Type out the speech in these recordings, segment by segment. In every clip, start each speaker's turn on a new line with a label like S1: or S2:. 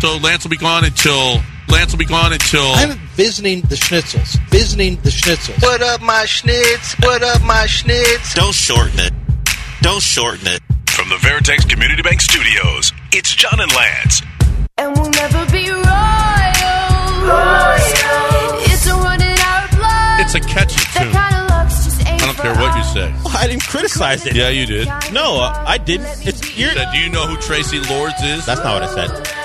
S1: So Lance will be gone until Lance will be gone until
S2: I'm visiting the schnitzels. Visiting the schnitzels.
S3: What up, my schnitz? What up, my schnitz?
S4: Don't shorten it. Don't shorten it.
S5: From the Veritex Community Bank Studios, it's John and Lance.
S6: And we'll never be royal. It's a one in our blood.
S1: it's a catchy
S6: that
S1: tune.
S6: kind of love's just ain't
S1: I don't care what you say.
S4: Well, I didn't criticize it.
S1: Yeah, you did. You
S4: No, uh, I didn't. It's you're,
S1: said, do you know who Tracy Lords is?
S4: That's not what I said.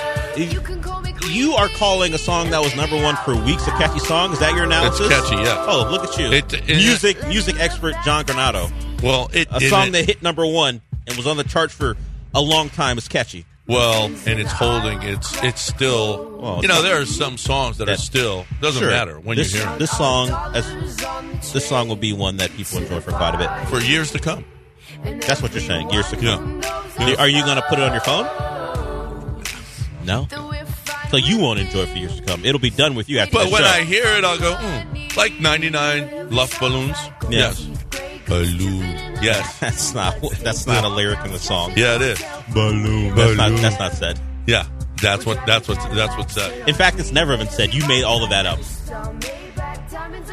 S4: You are calling a song that was number one for weeks a catchy song. Is that your
S1: That's
S4: analysis?
S1: catchy, yeah.
S4: Oh, look at you,
S1: It- it-
S4: music music expert John Granado.
S1: Well, it
S4: A
S1: and
S4: song
S1: it-
S4: that hit number one and was on the chart for a long time is catchy.
S1: well, and it's holding. It's it's still.
S4: Well,
S1: you know, there are some songs that are
S4: That-
S1: still doesn't
S4: Sure.
S1: matter when
S4: this,
S1: you hear them
S4: this song. As, this song will be one that people enjoy for quite a bit.
S1: for years to come.
S4: That's what you're saying. Years to
S1: Yeah.
S4: come. Are you going to put it on your phone? No. So you won't enjoy it for years to come. It'll be done with you after
S1: But
S4: the
S1: when
S4: show.
S1: I hear it, I'll go mm, like ninety nine luff balloons.
S4: Yeah.
S1: Yes, balloon. Yes,
S4: That's not that's not a lyric in the song.
S1: yeah, it is. Balloon.
S4: That's not that's not said.
S1: Yeah, that's what that's what that's what's that.
S4: In fact, it's never been said. You made all of that up.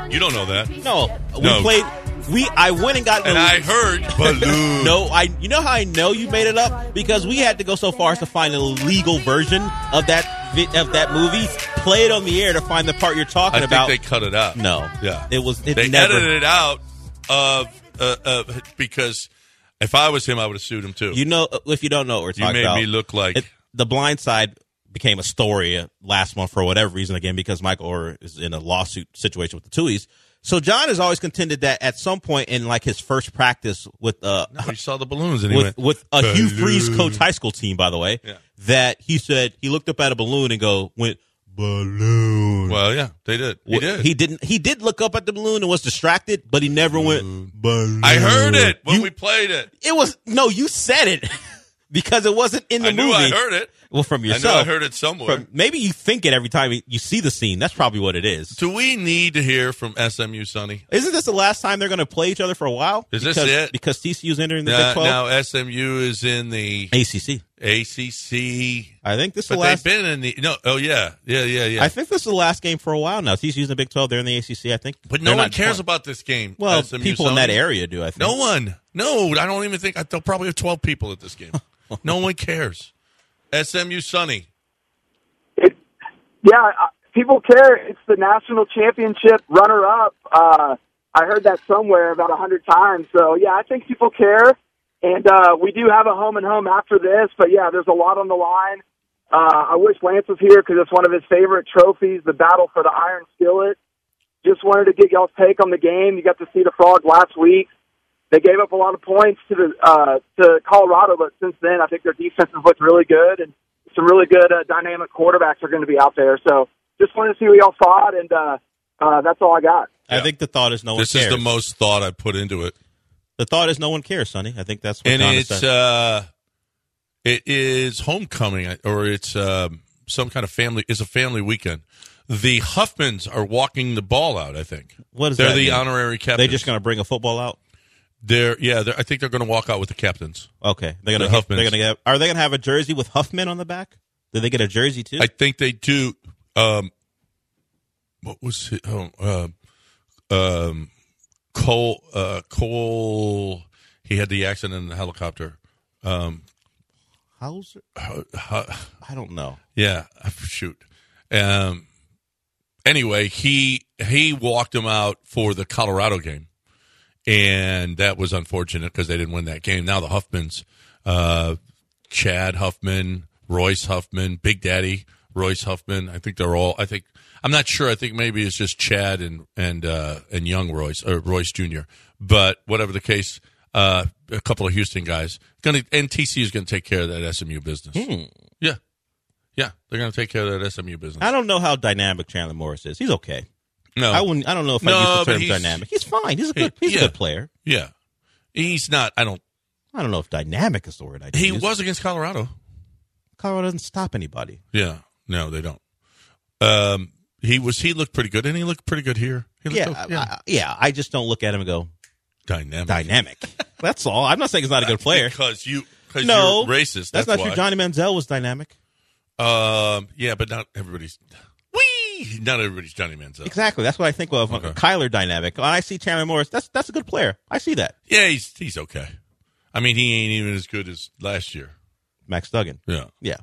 S1: You don't know that.
S4: No, we
S1: No.
S4: played. We I went and got.
S1: And I heard balloon.
S4: no, I. You know how I know you made it up because we had to go so far as to find a legal version of that vi- of that movie. Play it on the air to find the part you're
S1: I
S4: talking
S1: think
S4: about.
S1: they cut it out.
S4: no,
S1: Yeah.
S4: it was. It
S1: they
S4: never.
S1: edited it out of uh, uh, because if I was him, I would have sued him too.
S4: You know, if you don't know what we're
S1: You
S4: talking
S1: made
S4: about,
S1: me look like-
S4: the Blind Side became a story uh, last month for whatever reason again because Michael Orr is in a lawsuit situation with the Tuies. So John has always contended that at some point in like his first practice with uh
S1: he saw the balloons and he went,
S4: with with a Hugh
S1: "Balloon."
S4: Freeze coach high school team by the way
S1: Yeah.
S4: that he said he looked up at a balloon and go went balloon.
S1: Well, yeah, they did. He
S4: Wh-
S1: did.
S4: He didn't. He did look up at the balloon and was distracted, but he never went. Balloon.
S1: I heard it when
S4: You-
S1: we played it.
S4: It was no. You said it because it wasn't in the
S1: I knew
S4: movie.
S1: I heard it.
S4: Well, from yourself.
S1: I knew I heard it somewhere.
S4: From, maybe you think it every time you see the scene. That's probably what it is.
S1: Do we need to hear from SMU, Sonny?
S4: Isn't this the last time they're going to play each other for a while?
S1: Is this
S4: because,
S1: it?
S4: Because TCU's entering the
S1: Now,
S4: Big 12?
S1: now SMU is in the
S4: ACC.
S1: ACC.
S4: I think this is
S1: But
S4: the last.
S1: they've been in the no. Oh yeah, yeah, yeah, yeah.
S4: I think this is the last game for a while now. TCU's in the Big 12. They're in the ACC, I think.
S1: but no
S4: They're
S1: one
S4: not
S1: cares
S4: playing.
S1: about this game.
S4: Well,
S1: SMU,
S4: people in that
S1: Sonny.
S4: area do, I think.
S1: No one. No, I don't even think. I, they'll probably have 12 people at this game. no one cares. SMU Sunny.
S7: it, yeah, uh, people care. It's the national championship runner up. Uh, I heard that somewhere about a hundred times. So yeah, I think people care, and uh, we do have a home and home after this. But yeah, there's a lot on the line. Uh, I wish Lance was here because it's one of his favorite trophies, the battle for the iron skillet. Just wanted to get y'all's take on the game. You got to see the frog last week. They gave up a lot of points to the uh, to Colorado, but since then, I think their defense has looked really good, and some really good uh, dynamic quarterbacks are going to be out there. So, just wanted to see what y'all thought, and uh, uh, that's all I got.
S4: I think the thought is no one
S1: This
S4: cares.
S1: is the most thought I put into it.
S4: the thought is no one cares, Sonny. I think that's what
S1: And
S4: John has
S1: it's
S4: said.
S1: uh it is homecoming I- or it's um some kind of family it's a family weekend. The Huffmans are walking the ball out, I think.
S4: What does
S1: They're
S4: that
S1: the
S4: mean?
S1: honorary captains.
S4: They're just going to bring a football out?
S1: They're yeah, they're, I think they're going to walk out with the captains.
S4: Okay. They're going
S1: The
S4: to
S1: Huffmans.
S4: They're going to get Are they going to have a jersey with Huffman on the back? Do they get a jersey too?
S1: I think they do. Um, what was it? Oh, um, um, Cole. Uh, Cole. He had the accident in the helicopter. Um,
S4: Hauser?
S1: hu- hu-
S4: I don't know.
S1: yeah, shoot. Um, anyway, he he walked him out for the Colorado game, and that was unfortunate because they didn't win that game. Now the Huffmans, uh, Chad Huffman, Royce Huffman, Big Daddy Royce Huffman. I think they're all. I think I'm not sure. I think maybe it's just Chad and and uh, and young Royce or Royce Jr. But whatever the case. Uh, a couple of Houston guys gonna and TC is gonna take care of that SMU business.
S4: Hmm.
S1: Yeah. Yeah. They're going to take care of that SMU business.
S4: I don't know how dynamic Chandler Morris is. He's okay.
S1: No.
S4: I wouldn't. I don't know if
S1: Oh. No,
S4: I use the
S1: but
S4: term
S1: he's-
S4: dynamic. He's fine. He's
S1: He-
S4: a good. He's
S1: yeah.
S4: a good player.
S1: yeah. He's not. I don't.
S4: I don't know if dynamic is the word. I
S1: He
S4: use.
S1: was against Colorado.
S4: Colorado doesn't stop anybody.
S1: Yeah. No, they don't. Um, he was. He looked pretty good, and he looked pretty good here. He looked
S4: Yeah,
S1: okay.
S4: I- I, yeah. I just don't look at him and go
S1: dynamic.
S4: dynamic. that's all. I'm not saying he's not a good player.
S1: Because you. Because
S4: No,
S1: you're racist.
S4: That's,
S1: That's,
S4: not
S1: why.
S4: true. Johnny Manziel was dynamic.
S1: Um, yeah, but not everybody's. Wee! Not everybody's Johnny Manziel.
S4: Exactly. That's what I think of uh,
S1: Okay.
S4: Kyler dynamic. When I see Chandler Morris, that's that's a good player. I see that.
S1: Yeah, he's he's okay. I mean, he ain't even as good as last year.
S4: Max Duggan.
S1: Yeah.
S4: Yeah.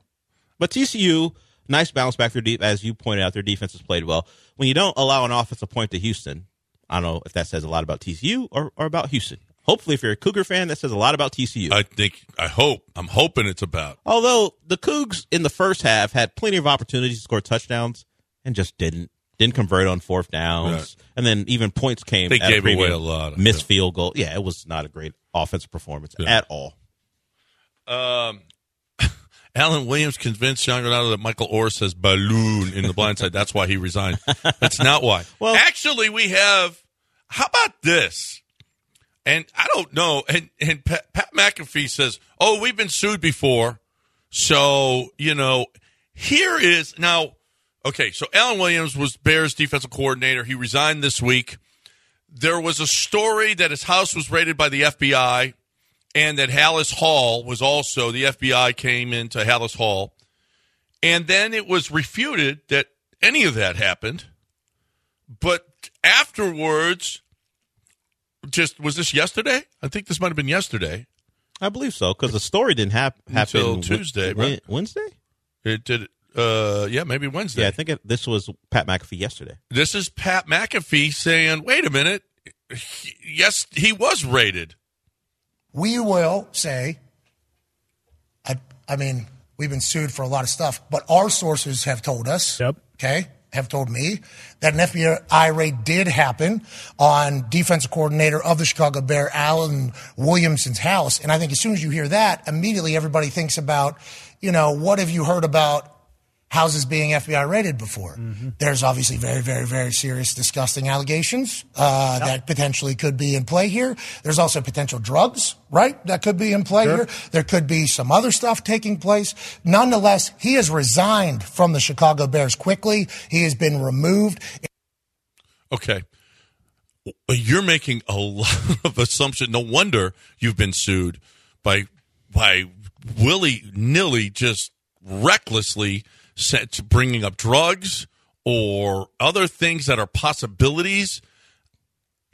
S4: But TCU, nice bounce back through deep. As you pointed out, their defense has played well. When you don't allow an offensive point to Houston, I don't know if that says a lot about TCU or, or about Houston. Hopefully, if you're a Cougar fan, that says a lot about TCU.
S1: I think. I hope. I'm hoping it's about.
S4: Although the Cougs in the first half had plenty of opportunities to score touchdowns and just didn't. Didn't convert on fourth
S1: Right.
S4: downs. And then even points came.
S1: They
S4: at
S1: gave away
S4: premium.
S1: a lot.
S4: Missed field goal. Yeah, it was not a great offensive performance
S1: Yeah.
S4: at all.
S1: Um, Alan Williams convinced Sean Granado that Michael Orr says balloon in the blind side. That's why he resigned. That's not why.
S4: Well-
S1: actually, we have. How about this? And I don't know. And and Pat, Pat McAfee says, "Oh, we've been sued before, so you know." Here is now. Okay, so Alan Williams was Bears defensive coordinator. He resigned this week. There was a story that his house was raided by the FBI and that Hallis Hall was also the FBI came into Hallis Hall, and then it was refuted that any of that happened. But afterwards, just was this yesterday? I think this might have been yesterday.
S4: I believe so because the story didn't hap- happen
S1: Until
S4: Wed-
S1: Tuesday,
S4: Wed-
S1: right?
S4: Wednesday.
S1: It did. Uh, yeah, maybe Wednesday.
S4: Yeah, I think it, this was Pat McAfee yesterday.
S1: This is Pat McAfee saying, "Wait a minute, He- yes, he was raided."
S8: we will say, I, I mean, we've been sued for a lot of stuff, but our sources have told us,
S9: Yep.
S8: okay, have told me that an FBI raid did happen on defensive coordinator of the Chicago Bear, Alan Williamson's house. And I think as soon as you hear that, immediately everybody thinks about, you know, what have you heard about houses being FBI raided before. There's obviously very, very, very serious, disgusting allegations uh, that potentially could be in play here. There's also potential drugs, right, that could be in play here. There could be some other stuff taking place. Nonetheless, he has resigned from the Chicago Bears quickly. He has been removed.
S1: Okay. You're making a lot of assumption. No wonder you've been sued by by willy nilly, just recklessly set to bringing up drugs or other things that are possibilities.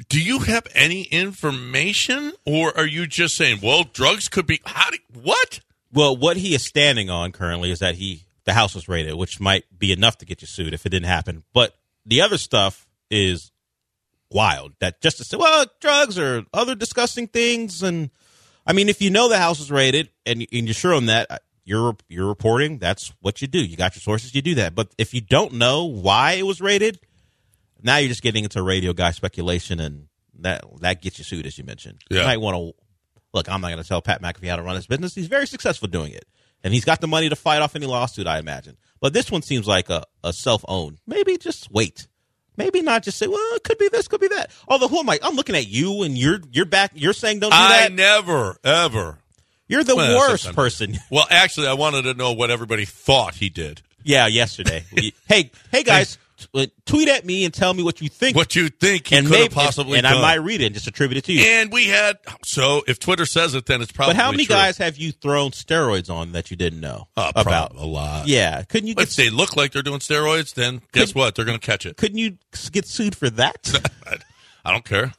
S1: Do you have any information, or are you just saying, "Well, drugs could be"? How do what?
S4: Well, what he is standing on currently is that he the house was raided, which might be enough to get you sued if it didn't happen. But the other stuff is wild. That just to say, well, drugs or other disgusting things, and I mean, if you know the house was raided and, and you're sure on that, uh, you're you're reporting. That's what you do. You got your sources. You do that. But if you don't know why it was raided, now you're just getting into radio guy speculation, and that that gets you sued, as you mentioned.
S1: Yeah.
S4: You might want to look. I'm not going to tell Pat McAfee how to run his business. He's very successful doing it, and he's got the money to fight off any lawsuit, I imagine. But this one seems like a, a self owned. Maybe just wait. Maybe not just say, well, it could be this, could be that. Although who am I? I'm looking at you, and you're you're back. You're saying don't do
S1: I
S4: that.
S1: never ever.
S4: You're the
S1: Well, that's
S4: worst
S1: sometimes-
S4: person.
S1: Well, actually, I wanted to know what everybody thought he did.
S4: yeah, yesterday. We- hey, hey guys, t- uh, tweet at me and tell me what you think.
S1: What you think he
S4: and
S1: could
S4: maybe
S1: have possibly
S4: and
S1: done?
S4: I might read it and just attribute it to you.
S1: And we had so if Twitter says it, then it's probably.
S4: but how many
S1: true.
S4: guys have you thrown steroids on that you didn't know
S1: Uh, prob-
S4: about?
S1: a lot?
S4: Yeah, couldn't you
S1: If
S4: get
S1: they look like they're doing steroids, then guess what? They're going to catch it.
S4: couldn't you s- get sued for that?
S1: I- I don't care.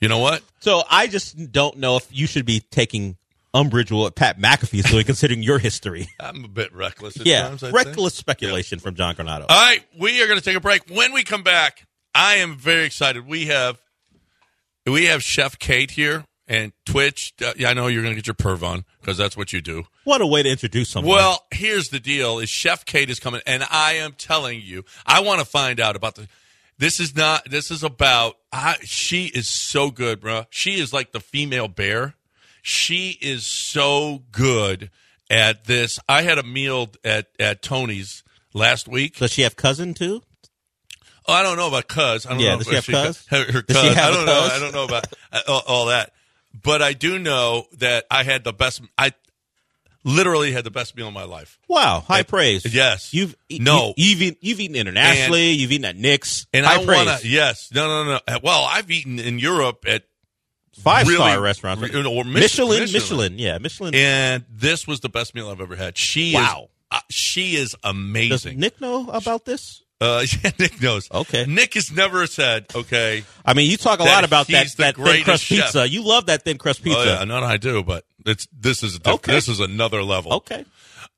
S1: You know what?
S4: so I just don't know if you should be taking umbrage with what Pat McAfee's doing, considering your history.
S1: I'm a bit reckless. At
S4: yeah,
S1: times, I think. Uh,
S4: reckless speculation from John Granado.
S1: All right, we are going to take a break. When we come back, I am very excited. We have we have Chef Kate here and Twitch. Uh, yeah, I know you're going to get your perv on because that's what you do.
S4: what a way to introduce someone.
S1: Well, here's the deal: is Chef Kate is coming, and I am telling you, I want to find out about the. This is not. This is about. I, she is so good, bro. She is like the female bear. She is so good at this. I had a meal at at Tony's last week.
S4: does she have cousin too?
S1: Oh, I don't know about cuz. I don't
S4: Yeah,
S1: know
S4: does
S1: if
S4: she have cuz?
S1: Her, her
S4: Does she
S1: cuz.
S4: have
S1: I
S4: a
S1: don't know.
S4: cuz?
S1: I don't know about uh, all, all that. But I do know that I had the best. I literally had the best meal of my life.
S4: Wow, high
S1: It-
S4: praise.
S1: yes.
S4: you've e-,
S1: No.
S4: You, have eaten, you've eaten internationally. you've eaten at Nick's.
S1: And
S4: high
S1: I
S4: praise.
S1: want to. Yes. No. No. No. Well, I've eaten in Europe at
S4: five
S1: really-
S4: star restaurants.
S1: you know, or Mich-
S4: Michelin, Michelin,
S1: Michelin.
S4: yeah, Michelin.
S1: and this was the best meal I've ever had. She
S4: Wow.
S1: is uh, she is
S4: Does
S1: amazing.
S4: Nick know about this?
S1: uh, yeah, Nick knows.
S4: Okay.
S1: Nick has never said, okay,
S4: I mean, you talk a
S1: That
S4: lot about that
S1: he's the
S4: that thin crust
S1: greatest chef.
S4: pizza. You love that thin crust pizza.
S1: oh, yeah, no, no, I do, but it's, this is, diff-
S4: Okay.
S1: this is another level.
S4: Okay.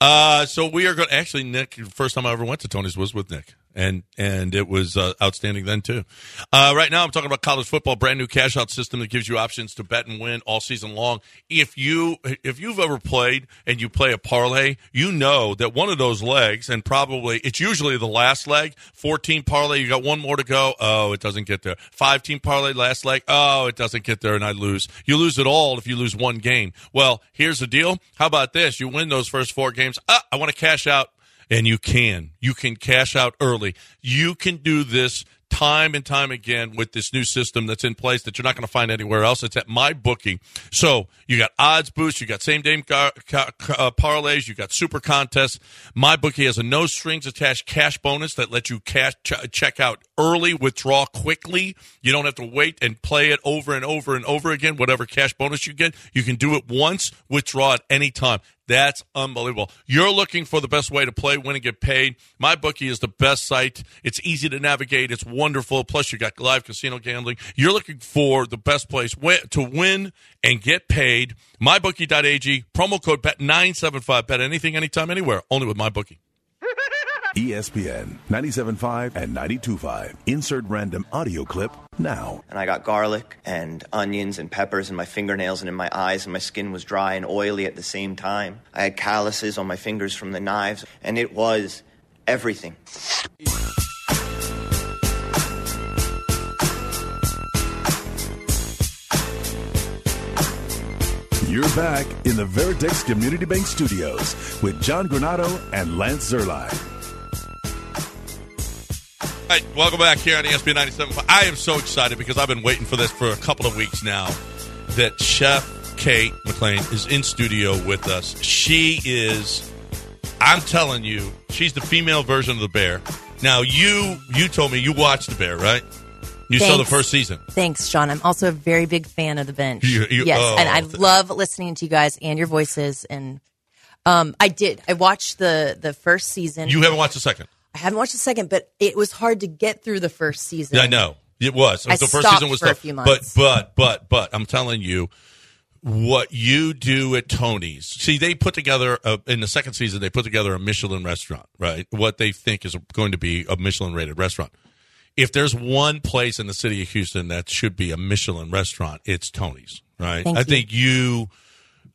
S1: Uh, so we are going to actually, Nick, first time I ever went to Tony's was with Nick. And, and it was uh, outstanding then too. Uh, right now I'm talking about college football, brand new cash out system that gives you options to bet and win all season long. If you, if you've ever played and you play a parlay, you know that one of those legs and probably it's usually the last leg, 14 parlay, you got one more to go. Oh, it doesn't get there. Five team parlay, last leg. Oh, it doesn't get there and I lose. You lose it all if you lose one game. Well, here's the deal. How about this? You win those first four games. Ah, I want to cash out. And you can. You can cash out early. You can do this time and time again with this new system that's in place that you're not going to find anywhere else. It's at my bookie. So you got odds boosts, you got same game gar- ca- ca- uh, parlays, you got super contests. My bookie has a no strings attached cash bonus that lets you cash ch- check out early, withdraw quickly. You don't have to wait and play it over and over and over again. Whatever cash bonus you get, you can do it once, withdraw at any time. That's unbelievable. You're looking for the best way to play, win, and get paid. MyBookie is the best site. It's easy to navigate. It's wonderful. Plus, you got live casino gambling. You're looking for the best place wi- to win and get paid. MyBookie.ag, promo code BET975. Bet anything, anytime, anywhere. Only with MyBookie.
S9: E ESPN 97.5 and 92.5. Insert random audio clip now.
S10: and I got garlic and onions and peppers in my fingernails and in my eyes, and my skin was dry and oily at the same time. I had calluses on my fingers from the knives, and it was everything.
S9: You're back in the Veritex Community Bank Studios with John Granado and Lance Zerline.
S1: All right, welcome back here on E ESPN 97. I am so excited because I've been waiting for this for a couple of weeks now that Chef Kate McLean is in studio with us. She is, I'm telling you, she's the female version of the bear. Now, you you told me you watched the bear, right? You saw the
S11: Thanks.
S1: first season.
S11: Thanks, Sean. I'm also a very big fan of the bench.
S1: You- you-
S11: yes,
S1: oh.
S11: and I love listening to you guys and your voices. And um, I did. I watched the the first season.
S1: You haven't watched the second.
S11: I haven't watched the second, but it was hard to get through the first season.
S1: Yeah, I know. It was. It
S11: I
S1: was the first
S11: stopped
S1: season was
S11: for a
S1: tough.
S11: few months.
S1: But but but but I'm telling you what you do at Tony's. See, they put together a, in the second season they put together a Michelin restaurant, right? What they think is going to be a Michelin rated restaurant. If there's one place in the city of Houston that should be a Michelin restaurant, it's Tony's, right?
S11: Thank
S1: I
S11: you.
S1: think you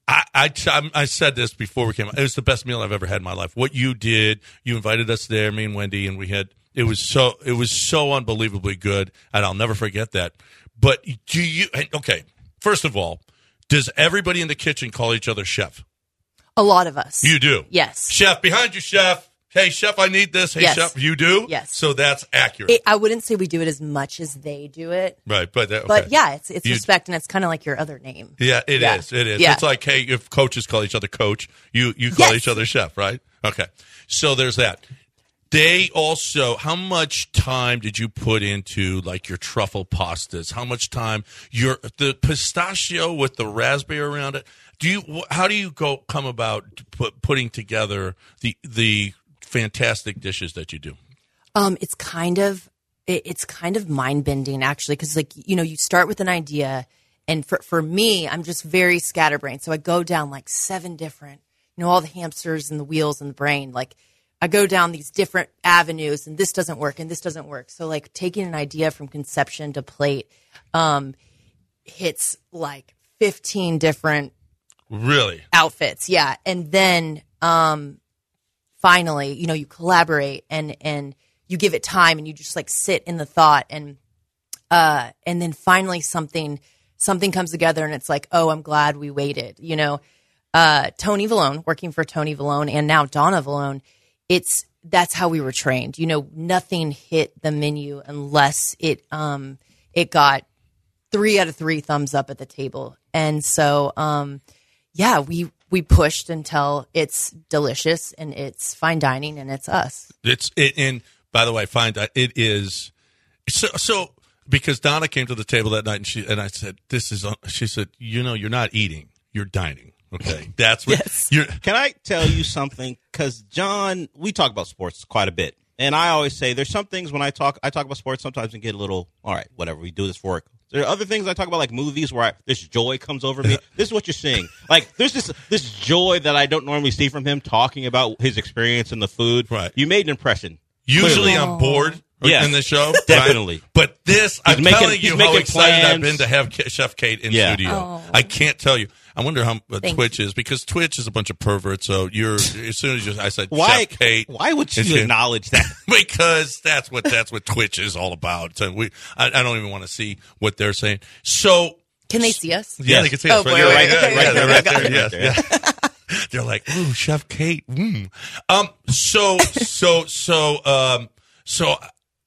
S1: I, I, I'm- I said this before we came. It was the best meal I've ever had in my life. What you did, you invited us there, me and Wendy, and we had it was so it was so unbelievably good, and I'll never forget that. But do you? and, Okay, first of all, does everybody in the kitchen call each other chef?
S11: A lot of us.
S1: You do,
S11: Yes.
S1: Chef behind you, chef. Hey, chef, I need this. Hey,
S11: Yes.
S1: chef, you do.
S11: Yes.
S1: So that's accurate,
S11: It, I wouldn't say we do it as much as they do it,
S1: right? But that,
S11: but
S1: okay.
S11: yeah, it's it's
S1: You-
S11: respect and it's kind of like your other name.
S1: Yeah, it is.
S11: Yeah.
S1: It is.
S11: Yeah.
S1: It's like hey, if coaches call each other coach, you you call
S11: Yes.
S1: each other chef, right? Okay. So there's that. They also how much time did you put into like your truffle pastas? How much time your the pistachio with the raspberry around it? Do you wh- how do you go come about put, putting together the the fantastic dishes that you do?
S11: Um, it's kind of it, it's kind of mind bending actually because like you know you start with an idea, and for for me I'm just very scatterbrained, so I go down like seven different you know all the hamsters and the wheels and the brain like. I go down these different avenues and this doesn't work and this doesn't work. So like taking an idea from conception to plate um hits like 15 different
S1: Really?
S11: outfits yeah and then um finally you know you collaborate and and you give it time and you just like sit in the thought and uh and then finally something something comes together and it's like oh i'm glad we waited you know uh tony Vallone working for tony Vallone and now donna Vallone it's that's how we were trained you know nothing hit the menu unless it um it got three out of three thumbs up at the table. And so, um, yeah, we we pushed until it's delicious and it's fine dining and it's us.
S1: It's it, and by the way, find that it is so so because Donna came to the table that night and she and I said, "This is." un-" She said, "You know, you're not eating, you're dining." Okay, that's what you're.
S4: Can I tell you something? Because John, we talk about sports quite a bit, and I always say there's some things when I talk, I talk about sports sometimes and get a little, all right, whatever. We do this for work. There are other things I talk about, like movies, where I, this joy comes over me. This is what you're seeing. Like there's this this joy that I don't normally see from him talking about his experience in the food. Right. You made an impression.
S1: Usually I'm bored
S4: Yeah.
S1: in the show, right?
S4: Definitely.
S1: But this,
S4: He's
S1: I'm
S4: making-
S1: telling
S4: he's
S1: you how
S4: making
S1: excited I've
S4: plans.
S1: been to have K- Chef Kate in
S4: Yeah.
S1: studio.
S4: Oh.
S1: I can't tell you. I wonder how uh,
S4: Thank
S1: Twitch is because Twitch is a bunch of perverts. So you're as soon as you, I said
S4: Why-
S1: Chef Kate,
S4: why would
S1: and
S4: you
S1: she-
S4: acknowledge that?
S1: because that's what that's what Twitch is all about. So we, I, I don't even want to see what they're saying. So
S11: Can they see us?
S1: yeah, they can see
S11: oh,
S1: us right
S11: boy,
S1: there.
S11: right,
S1: Yeah,
S11: okay,
S1: yeah,
S11: okay,
S1: they're
S11: okay,
S1: right
S11: okay.
S1: there. Yes, yeah. They're like, "Ooh, Chef Kate." Mm. Um. So so so um so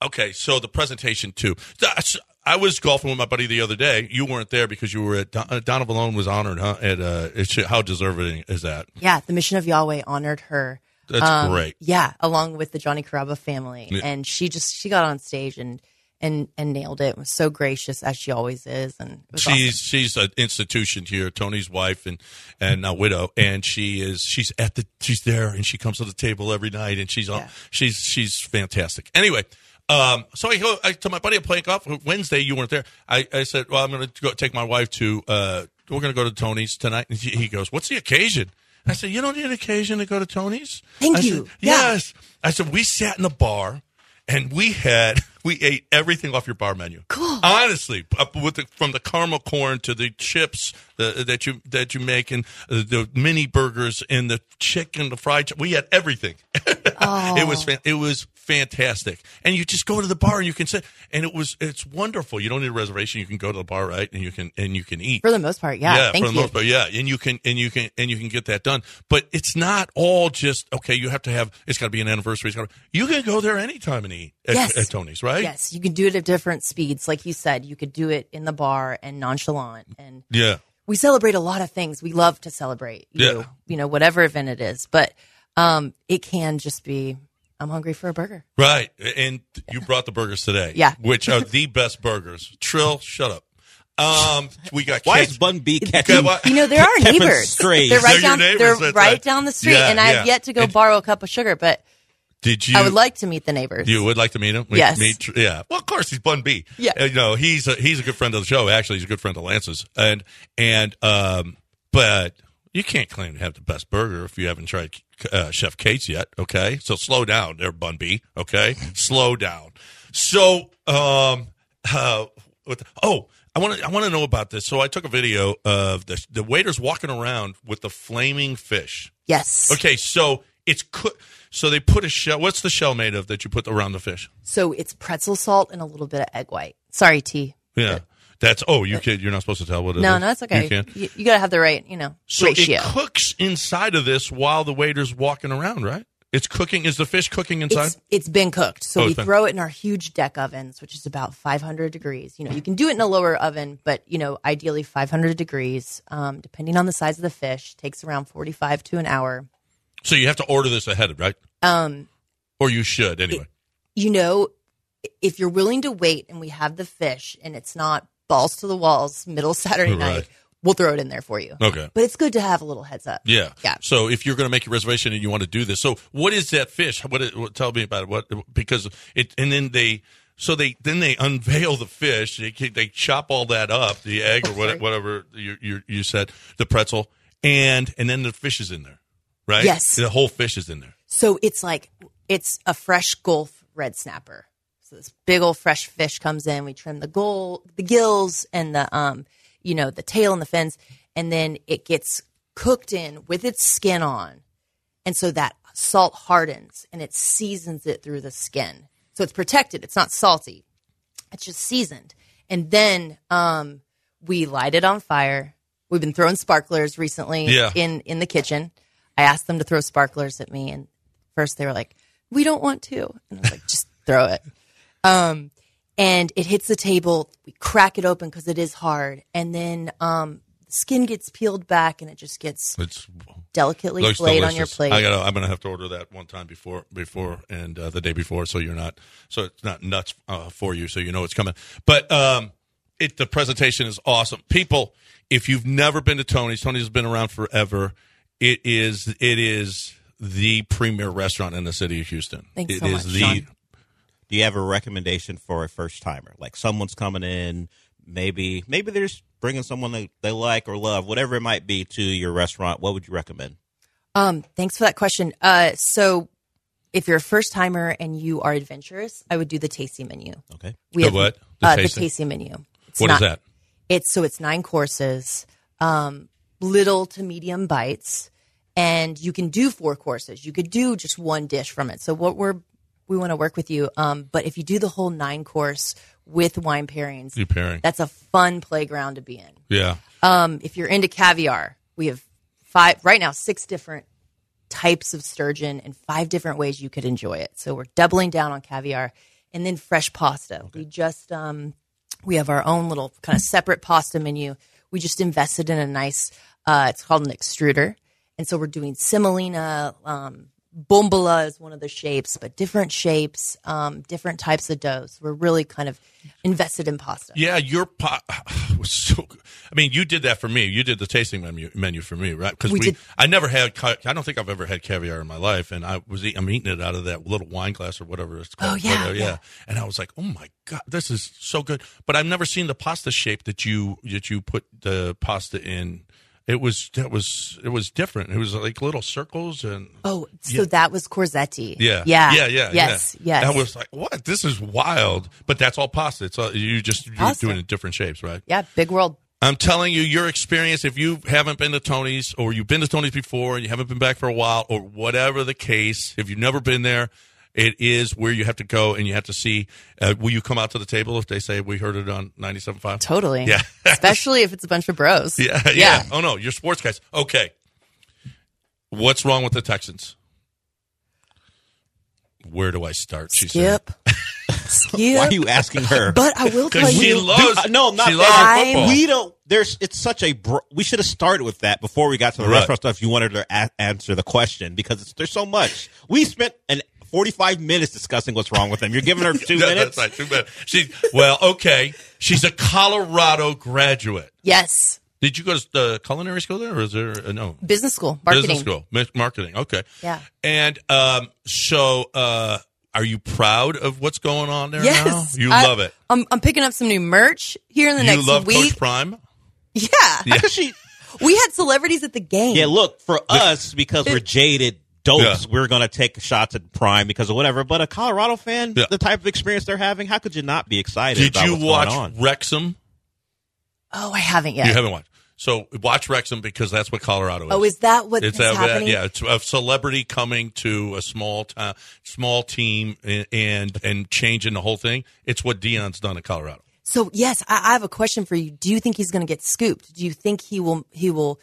S1: okay. So the presentation too. That's- I was golfing with my buddy the other day. You weren't there because you were at Don, uh, Donna Valone was honored huh? at uh. It should, how deserving is that?
S11: Yeah, the Mission of Yahweh honored her.
S1: That's great.
S11: um, Yeah, along with the Johnny Caraba family,
S1: Yeah.
S11: and she just she got on stage and and and nailed it. Was so gracious as she always is, and it was
S1: she's she's an institution here. Tony's wife and and now widow, and she is she's at the she's there, and she comes to the table every night, and she's on she's she's fantastic. Anyway. Um, so I go I, to my buddy I'm playing golf Wednesday. You weren't there. I, I said, "Well, I'm going to go take my wife to. Uh, we're going to go to Tony's tonight." And he, he goes, "What's the occasion?" I said, "You don't need an occasion to go to Tony's."
S11: Thank
S1: I said,
S11: you. Yeah.
S1: yes. I said we sat in a bar and we had we ate everything off your bar menu. Cool. Honestly, up with the, from the caramel corn to the chips the, that you that you make and uh, the mini burgers and the chicken, the fried chicken. We had everything. It was fan- it was fantastic. And you just go to the bar and you can sit and it was it's wonderful. You don't need a reservation. You can go to the bar right and you can and you can eat
S11: for the most part. Yeah, thank
S1: for the
S11: you.
S1: most part, yeah, and you can and you can and you can get that done. But it's not all just okay. You have to have. It's got to be an anniversary. It's got. You can go there anytime and eat at,
S11: Yes.
S1: at Tony's, right?
S11: Yes, you can do it at different speeds, like you said. You could do it in the bar and nonchalant, and
S1: Yeah.
S11: we celebrate a lot of things. We love to celebrate. You,
S1: Yeah.
S11: you know, whatever event it is, but um, it can just be. I'm hungry for a burger.
S1: Right. And you brought the burgers today.
S11: Yeah.
S1: Which are the best burgers. Trill, shut up. Um, we got.
S4: Why
S1: Kate-
S4: is Bun B catching?
S1: Got what-
S11: You know, they're our
S4: Kevin
S11: neighbors.
S4: Strays.
S11: They're right
S1: They're your
S11: down.
S1: neighbors,
S11: They're
S1: that's
S11: right,
S1: right.
S11: down the street,
S1: Yeah,
S11: and I've
S1: yeah.
S11: yet to go borrow a cup of sugar, but
S1: Did you?
S11: I would like to meet the neighbors.
S1: You would like to meet him? We-
S11: Yes.
S1: meet- yeah. Well, of course, he's Bun B.
S11: Yeah.
S1: Uh, you know, he's a, he's a good friend of the show. Actually, he's a good friend of Lance's. And and um, but you can't claim to have the best burger if you haven't tried uh, Chef Kate's yet. Okay, so slow down, there, Bun B. Okay, slow down. So um, uh, what the- oh. I want to. I want to know about this. So I took a video of the the waiters walking around with the flaming fish.
S11: Yes.
S1: Okay. So it's coo- so they put a shell. What's the shell made of that you put around the fish?
S11: So it's pretzel salt and a little bit of egg white. Sorry, T.
S1: Yeah. That's oh you kid you're not supposed to tell what it is.
S11: No, no, it's okay.
S1: You can.
S11: You, you got to have the right, you know,
S1: So
S11: ratio.
S1: it cooks inside of this while the waiter's walking around, right? It's cooking. Is the fish cooking inside?
S11: It's- it's been cooked. So
S1: Oh,
S11: we
S1: it's been-
S11: throw it in our huge deck ovens, which is about 500 degrees. You know, you can do it in a lower oven, but you know, ideally 500 degrees, um, depending on the size of the fish, takes around 45 to an hour.
S1: so you have to order this ahead, right?
S11: Um,
S1: Or you should anyway.
S11: you know, if you're willing to wait and we have the fish and it's not balls to the walls middle Saturday
S1: Right.
S11: night, we'll throw it in there for you.
S1: Okay.
S11: But it's good to have a little heads up.
S1: yeah.
S11: Yeah.
S1: So if you're going to make a reservation and you want to do this, so what is that fish? What, it, what tell me about it? What because it and then they so they then they unveil the fish. They they chop all that up, the egg or what, whatever you, you you said, the pretzel, and and then the fish is in there, right?
S11: Yes.
S1: The whole fish is in there.
S11: So it's like it's a fresh Gulf red snapper. So this big old fresh fish comes in. We trim the goal, the gills, and the um, you know, the tail and the fins, and then it gets cooked in with its skin on, and so that salt hardens and it seasons it through the skin. So it's protected. It's not salty. It's just seasoned. And then um, we light it on fire. We've been throwing sparklers recently
S6: Yeah.
S11: in in the kitchen. I asked them to throw sparklers at me, and first they were like, "We don't want to," and I was like, "Just throw it." Um, and it hits the table. We crack it open because it is hard, and then um, skin gets peeled back, and it just gets
S1: It's
S11: delicately
S1: Looks
S11: played on your
S1: delicious.
S11: plate.
S1: I gotta, I'm gonna have to order that one time before, before, and uh, the day before, so you're not, so it's not nuts uh, for you, so you know it's coming. But um, it the presentation is awesome. People, if you've never been to Tony's, Tony's has been around forever. It is it is the premier restaurant in the city of Houston.
S11: Thanks
S1: It
S11: so
S1: is
S11: much,
S1: the
S11: Sean.
S4: Do you have a recommendation for a first timer? Like someone's coming in, maybe maybe they're just bringing someone they, they like or love, whatever it might be, to your restaurant. What would you recommend?
S11: Um, thanks for that question. Uh, so if you're a first timer and you are adventurous, I would do the tasty menu.
S4: Okay.
S11: We
S1: The
S11: have,
S1: what? The
S11: The, uh,
S1: tasty?
S11: the tasty menu. It's
S1: What is that?
S11: It's so it's nine courses, um, little to medium bites, and you can do four courses. You could do just one dish from it. So what we're we want to work with you, um, but if you do the whole nine course with wine pairings,
S1: Your pairing.
S11: that's a fun playground to be in.
S1: yeah.
S11: Um, if you're into caviar, we have five right now, six different types of sturgeon and five different ways you could enjoy it. So we're doubling down on caviar, and then fresh pasta. We just um, we have our own little kind of separate pasta menu. We just invested in a nice. Uh, it's called an extruder, and so we're doing semolina. Um, bombola is one of the shapes, but different shapes, um, different types of doughs. We're really kind of invested in pasta.
S1: Yeah, your pot was so good. I mean, you did that for me. You did the tasting menu menu for me, right? Because we,
S11: We did-
S1: I never had. ca- I don't think I've ever had caviar in my life, and I was eat, I'm eating it out of that little wine glass or whatever it's called.
S11: Oh, yeah,
S1: whatever,
S11: yeah.
S1: And I was like, oh my god, this is so good. But I've never seen the pasta shape that you that you put the pasta in. It was that was it was different. It was like little circles and
S11: Oh, so that was Corsetti.
S1: yeah,
S11: Yeah.
S1: yeah, yeah.
S11: Yes,
S1: yeah.
S11: yes.
S1: That was like what? This is wild. But that's all pasta. It's all, you just you're
S11: Pasta.
S1: doing it different shapes, right?
S11: Yeah, big world.
S1: I'm telling you, your experience, if you haven't been to Tony's or you've been to Tony's before and you haven't been back for a while or whatever the case, if you've never been there, it is where you have to go and you have to see. Uh, will you come out to the table if they say we heard it on 97.5?
S11: Totally.
S1: Yeah.
S11: Especially if it's a bunch of bros.
S1: Yeah, yeah.
S11: Yeah.
S1: Oh, no, you're sports guys. Okay. What's wrong with the Texans? Where do I start? She said.
S11: Skip. Skip.
S4: Why are you asking her?
S11: But I will tell
S1: Because she
S11: you.
S1: loves.
S4: Dude, uh, no, not
S1: she loves her
S11: that.
S1: football.
S4: We don't. There's. It's such a. Bro- we should have started with that before we got to the
S1: Right.
S4: restaurant stuff. You wanted to a- answer the question because it's, there's so much. We spent an 45 minutes discussing what's wrong with them. You're giving her two
S1: No,
S4: minutes.
S1: That's right. Two minutes. She, well, okay. She's a Colorado graduate.
S11: Yes.
S1: Did you go to uh, culinary school there, or is there uh, no
S11: Business school, marketing.
S1: business school Mi- marketing? Okay,
S11: Yeah.
S1: And um, so, uh, are you proud of what's going on there
S11: Yes.
S1: now? You
S11: I-
S1: love it.
S11: I'm, I'm picking up some new merch here in the
S1: You
S11: next
S1: love
S11: week.
S1: Coach Prime.
S11: yeah.
S1: Yeah.
S4: She-
S11: We had celebrities at the game.
S4: yeah. Look for us because we're jaded dopes. We're gonna take shots at Prime because of whatever. But a Colorado fan,
S1: Yeah.
S4: the type of experience they're having, how could you not be excited?
S1: Did
S4: about
S1: you
S4: what's
S1: watch
S4: Going on?
S1: Wrexham?
S11: Oh, I haven't yet.
S1: You haven't watched. So watch Wrexham because that's what Colorado is.
S11: oh, is that what
S1: it's
S11: is
S1: a,
S11: happening?
S1: yeah, it's a celebrity coming to a small town, small team, and, and and changing the whole thing. It's what Dion's done in Colorado.
S11: So yes, I, I have a question for you. Do you think he's going to get scooped? Do you think he will he will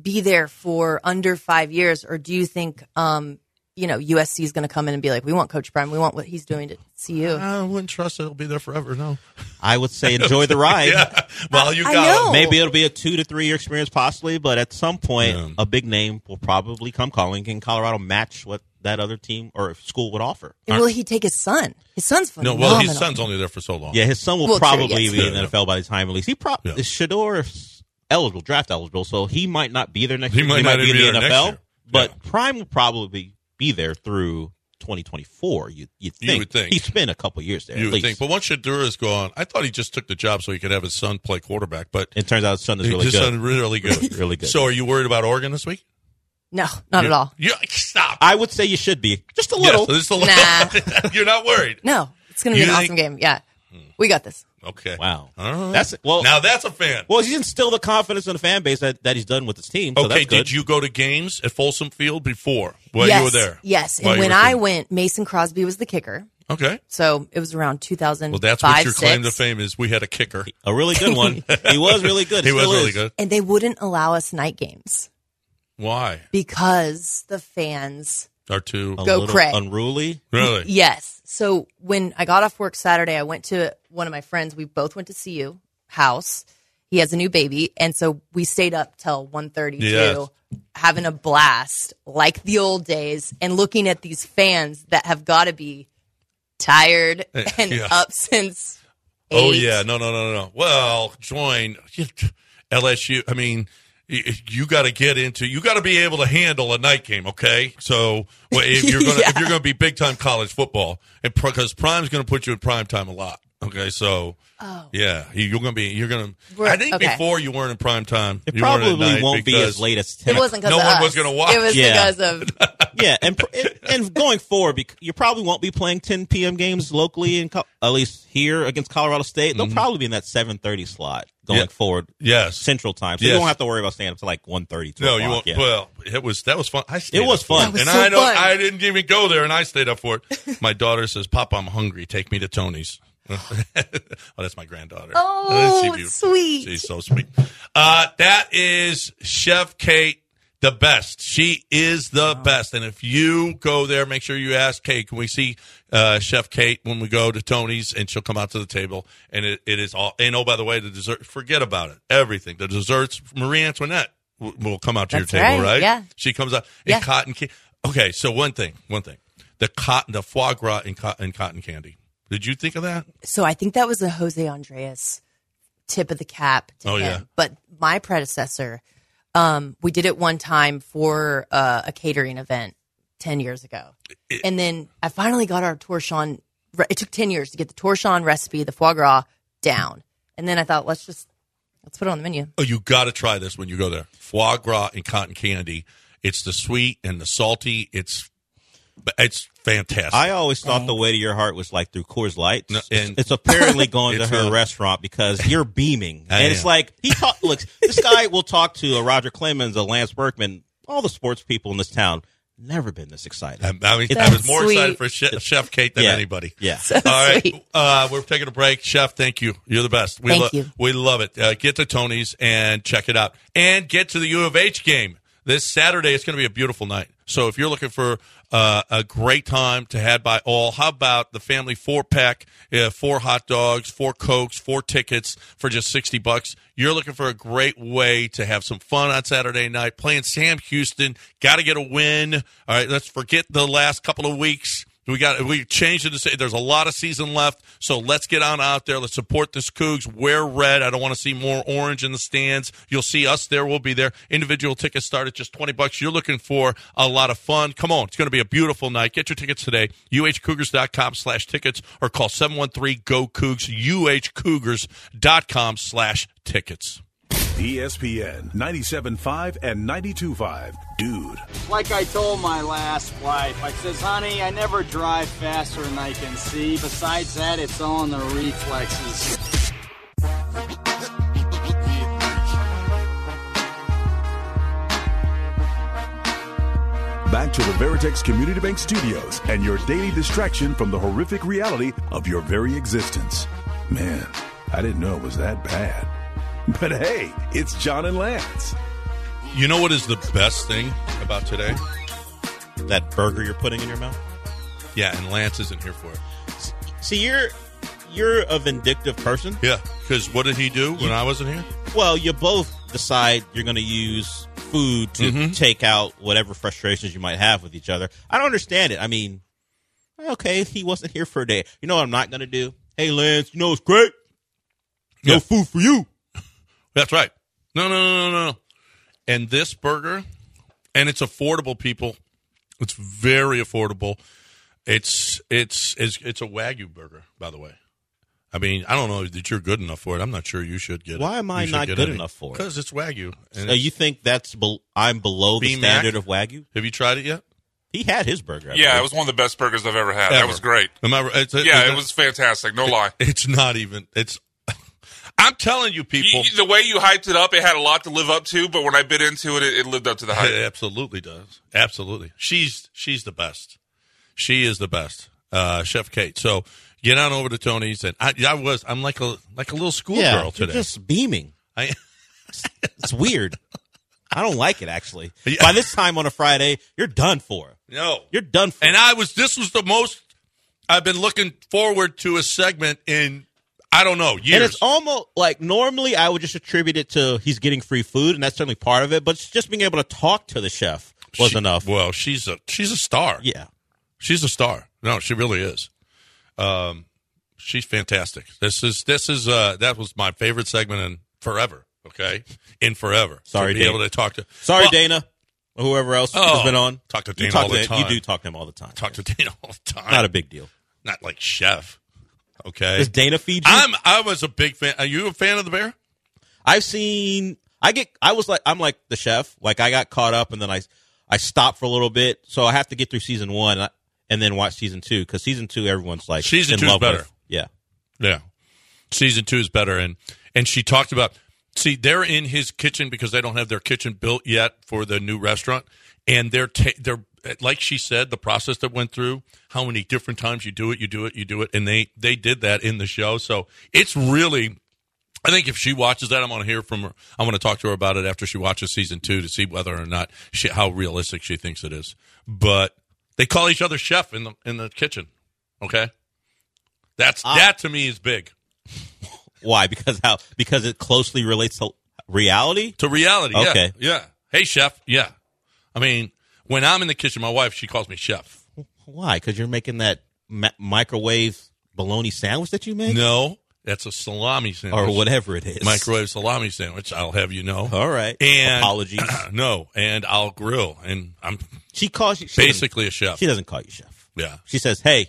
S11: be there for under five years, or do you think um, you know USC is going to come in and be like, we want Coach Prime, we want what he's doing to CU?
S1: I wouldn't trust it'll be there forever. No.
S4: I would say enjoy the ride.
S1: Yeah. Well, you
S11: I
S1: got
S11: know.
S4: Maybe it'll be a two to three year experience, possibly, but at some point,
S1: Yeah.
S4: a big name will probably come calling. Can Colorado match what that other team or school would offer?
S11: And will he take his son? His son's
S1: No,
S11: phenomenal.
S1: well, his son's only there for so long.
S4: Yeah, his son will
S11: Well, true,
S4: probably
S11: yes.
S4: be in
S1: Yeah,
S4: the
S1: yeah.
S4: NFL by the time at least. He probably
S1: Yeah.
S4: is Shador eligible, draft eligible, so he might not be there next
S1: He
S4: year.
S1: might
S4: he
S1: not
S4: might be in
S1: be
S4: the
S1: there next
S4: NFL,
S1: year.
S4: but
S1: Yeah.
S4: Prime will probably be there through 2024. You you
S1: You
S4: think?
S1: would think.
S4: he spent a couple years there.
S1: You
S4: at
S1: would
S4: least.
S1: think. But once Shadur is gone, I thought he just took the job so he could have his son play quarterback, but
S4: it turns out his son is
S1: he
S4: really
S1: just
S4: good.
S1: sounded really good.
S4: Really good.
S1: So are you worried about Oregon this week?
S11: no, not at all.
S1: You, stop.
S4: I would say you should be just a little.
S1: Yes, just a little. You're not worried.
S11: No, it's going to be
S1: You
S11: an
S1: think-
S11: awesome game. Yeah, we got this.
S1: Okay.
S4: Wow,
S1: All right.
S4: that's well.
S1: now that's a fan.
S4: Well, he's instilled the confidence in the fan base that, that he's done with his team. So
S1: okay,
S4: that's good.
S1: did you go to games at Folsom Field before while
S11: yes,
S1: you were there?
S11: Yes,
S1: While
S11: and
S1: you
S11: when
S1: were
S11: I
S1: there.
S11: went, Mason Crosby was the kicker,
S1: Okay.
S11: so it was around 2005.
S1: Well, that's what your claim to
S11: six.
S1: fame is. We had a kicker.
S4: A really good one. he was really good.
S1: He was
S4: Still
S1: really
S4: is.
S1: good.
S11: And they wouldn't allow us night games
S1: Why?
S11: because the fans
S1: Our two.
S4: A
S11: Go
S4: little
S11: Craig.
S4: Unruly.
S1: Really?
S11: Yes. So when I got off work Saturday, I went to one of my friends. We both went to see you house. He has a new baby, and so we stayed up till 1.32,
S1: Yes.
S11: having a blast like the old days, and looking at these fans that have got to be tired and
S1: Eh, yeah.
S11: up since
S1: Oh
S11: eight.
S1: yeah, no, no, no, no. Well, join LSU. I mean, y- you got to get into. You got to be able to handle a night game. Okay, so well, if you're gonna if you're gonna be big time college football, and because prime's gonna put you in prime time a lot. Okay, so
S11: Oh.
S1: yeah, you- you're gonna be you're gonna.
S11: We're-
S1: I think
S11: okay.
S1: before you weren't in prime time.
S4: It
S1: you weren't at
S4: probably
S1: night
S4: won't be
S1: because
S4: as late as 10.
S11: It wasn't because
S1: No
S11: of
S1: one
S11: us.
S1: was gonna watch.
S11: It was
S4: Yeah.
S11: because of
S4: yeah, and pr- and- and going forward, bec- you probably won't be playing 10 p.m. games locally, in Col- at least here against Colorado State. They'll probably be in that 7:30 slot going
S1: Yeah.
S4: forward,
S1: Mm-hmm. Yes.
S4: Central Time. So
S1: Yes.
S4: you won't have to worry about staying up to like 1:30. 12
S1: No, you won't.
S4: o'clock, yeah.
S1: Well, it was that was fun. I stayed
S4: It was
S1: up for
S4: fun. That
S11: was
S1: and
S11: so
S1: I know
S11: fun.
S1: I didn't even go there, and I stayed up for it. My daughter says, "Papa, I'm hungry. Take me to Tony's." oh, that's my granddaughter.
S11: Oh,
S1: Isn't she beautiful?
S11: sweet.
S1: She's so sweet. Uh, that is Chef Kate, the best. She is the best. And if you go there, make sure you ask Kate. Can we see uh, Chef Kate when we go to Tony's? And she'll come out to the table. And it, it is all. And oh, by the way, the dessert. Forget about it. Everything. The desserts. Marie Antoinette w- will come out to
S11: That's
S1: your table,
S11: right,
S1: right?
S11: yeah.
S1: She comes out in
S11: Yeah.
S1: cotton candy. Okay, so one thing, one thing, the cotton, the foie gras in cotton, in cotton candy. Did you think of that?
S11: So I think that was a Jose Andreas tip of the cap. To
S1: Oh,
S11: him.
S1: yeah.
S11: But my predecessor, um, we did it one time for uh, a catering event 10 years ago. and then I finally got our torchon. re- It took 10 years to get the torchon recipe, the foie gras, down. And then I thought, let's just, let's put it on the menu.
S1: Oh, you got to try this when you go there. Foie gras and cotton candy. It's the sweet and the salty. It's it's fantastic.
S4: I always thought the way to your heart was like through Coors Light.
S1: No,
S4: It's-
S1: and-
S4: it's apparently going to
S1: It's
S4: her
S1: not.
S4: restaurant because you're beaming,
S1: I
S4: and it's
S1: am.
S4: like he talk. Looks, this guy will talk to a Roger Clemens, a Lance Berkman, all the sports people in this town. Never been this excited.
S1: I, I mean, I
S11: That's
S1: was more excited for
S11: sweet.
S1: Chef, Chef Kate Um, than
S4: Yeah.
S1: anybody.
S4: Yeah.
S11: So
S1: All right,
S11: sweet.
S1: Uh, we're taking a break. Chef, thank you. You're the best. We
S11: Thank you.
S1: We love it. Uh, get to Tony's and check it out. And get to the U of H game this Saturday. It's going to be a beautiful night. So if you're looking for uh, a great time to have by all, how about the family four pack, uh, four hot dogs, four cokes, four tickets for just 60 bucks? You're looking for a great way to have some fun on Saturday night playing Sam Houston. Got to get a win. All right, let's forget the last couple of weeks. We got we changed it. To, there's a lot of season left, so let's get on out there. Let's support this Cougs. Wear red. I don't want to see more orange in the stands. You'll see us there. We'll be there. Individual tickets start at just twenty bucks. You're looking for a lot of fun. Come on, it's going to be a beautiful night. Get your tickets today. UHCougars.com slash tickets or call 713 go Cougs. UHCougars.com slash tickets.
S9: E ESPN 97.5 and 92.5. Dude.
S12: Like I told my last wife, I says, honey, I never drive faster than I can see. Besides that, it's all in the reflexes.
S9: Back to the Veritex Community Bank Studios and your daily distraction from the horrific reality of your very existence. Man, I didn't know it was that bad. But hey, it's John and Lance.
S1: You know what is the best thing about today?
S4: That burger you're putting in your mouth.
S1: Yeah, and Lance isn't here for it.
S4: See, you're you're a vindictive person.
S1: Yeah, because what did he do when I wasn't here?
S4: Well, you both decide you're going to use food to take out whatever frustrations you might have with each other. I don't understand it. I mean, okay, he wasn't here for a day. You know what I'm not going to do? Hey, Lance, you know it's great. No
S1: Yeah.
S4: food for you.
S1: That's right. No, no, no, no, no. And this burger, and it's affordable, people. It's very affordable. It's it's it's it's a wagyu burger, by the way. I mean, I don't know that you're good enough for it. I'm not sure you should get it.
S4: Why am I not good enough for it?
S1: Because it's wagyu. And
S4: So
S1: it's-
S4: Uh, you think that's bel I'm below the
S1: B-Mac?
S4: standard of Wagyu?
S1: have you tried it yet?
S4: He had his burger. I
S13: Yeah,
S4: believe.
S13: it was one of the best burgers I've ever had.
S1: Ever.
S13: That was great.
S1: Am I? It's,
S13: Yeah, it was fantastic. No lie.
S1: It's not even. It's. I'm telling you, people.
S13: You- the way you hyped it up, it had a lot to live up to, but when I bit into it, it, it lived up to the hype.
S1: It absolutely does. Absolutely. She's she's the best. She is the best. Uh, Chef Kate. So get on over to Tony's and I, I was I'm like a like a little schoolgirl
S4: yeah, you're
S1: today.
S4: just beaming.
S1: I,
S4: It's weird. I don't like it actually. By this time on a Friday, you're done for.
S1: no.
S4: You're done for.
S1: And I was this was the most I've been looking forward to a segment in I don't know, years.
S4: And it's almost like normally I would just attribute it to he's getting free food, and that's certainly part of it. But it's just being able to talk to the chef was
S1: She-
S4: enough.
S1: Well, she's a she's a star.
S4: yeah,
S1: She's a star. No, she really is. Um, She's fantastic. This is this is uh that was my favorite segment in forever. Okay, in forever.
S4: Sorry,
S1: to be
S4: Dana.
S1: able to talk to.
S4: Sorry,
S1: Well,
S4: Dana, or whoever else
S1: Oh,
S4: has been on.
S1: talk to
S4: You
S1: Dana all the
S4: to-
S1: time.
S4: You do talk to him all the time.
S1: Talk to Dana all the time.
S4: Not a big deal.
S1: Not like Chef. Okay.
S4: Does Dana feed you?
S1: I'm. I was a big fan. Are you a fan of the bear?
S4: I've seen. I get. I was like. I'm like the chef. Like I got caught up, and then I, I stopped for a little bit. So I have to get through season one, and I- and then watch season two because season two, everyone's like
S1: Season
S4: in
S1: two's
S4: love
S1: better.
S4: with. Yeah.
S1: Yeah. Season two is better. And, and she talked about, see, they're in his kitchen because they don't have their kitchen built yet for the new restaurant. And they're, ta- they're, like she said, the process that went through, how many different times you do it, you do it, you do it. And they, they did that in the show. So it's really, I think if she watches that, I'm going to hear from her. I'm going to talk to her about it after she watches season two to see whether or not she, how realistic she thinks it is. But they call each other chef in the, in the kitchen. Okay. That's, that to me is big.
S4: Why? Because how? Because it closely relates to reality.
S1: To reality. Yeah.
S4: Okay.
S1: Yeah. Hey, chef. Yeah. I mean, when I'm in the kitchen, my wife she calls me chef.
S4: Why? Because you're making that ma- microwave bologna sandwich that you make.
S1: No, that's a salami sandwich
S4: Or whatever it is.
S1: Microwave salami sandwich. I'll have you know.
S4: All right.
S1: And
S4: Apologies.
S1: no, and I'll grill, and I'm
S4: She calls you she doesn't-
S1: basically a chef.
S4: She doesn't call you chef.
S1: Yeah.
S4: She says, "Hey,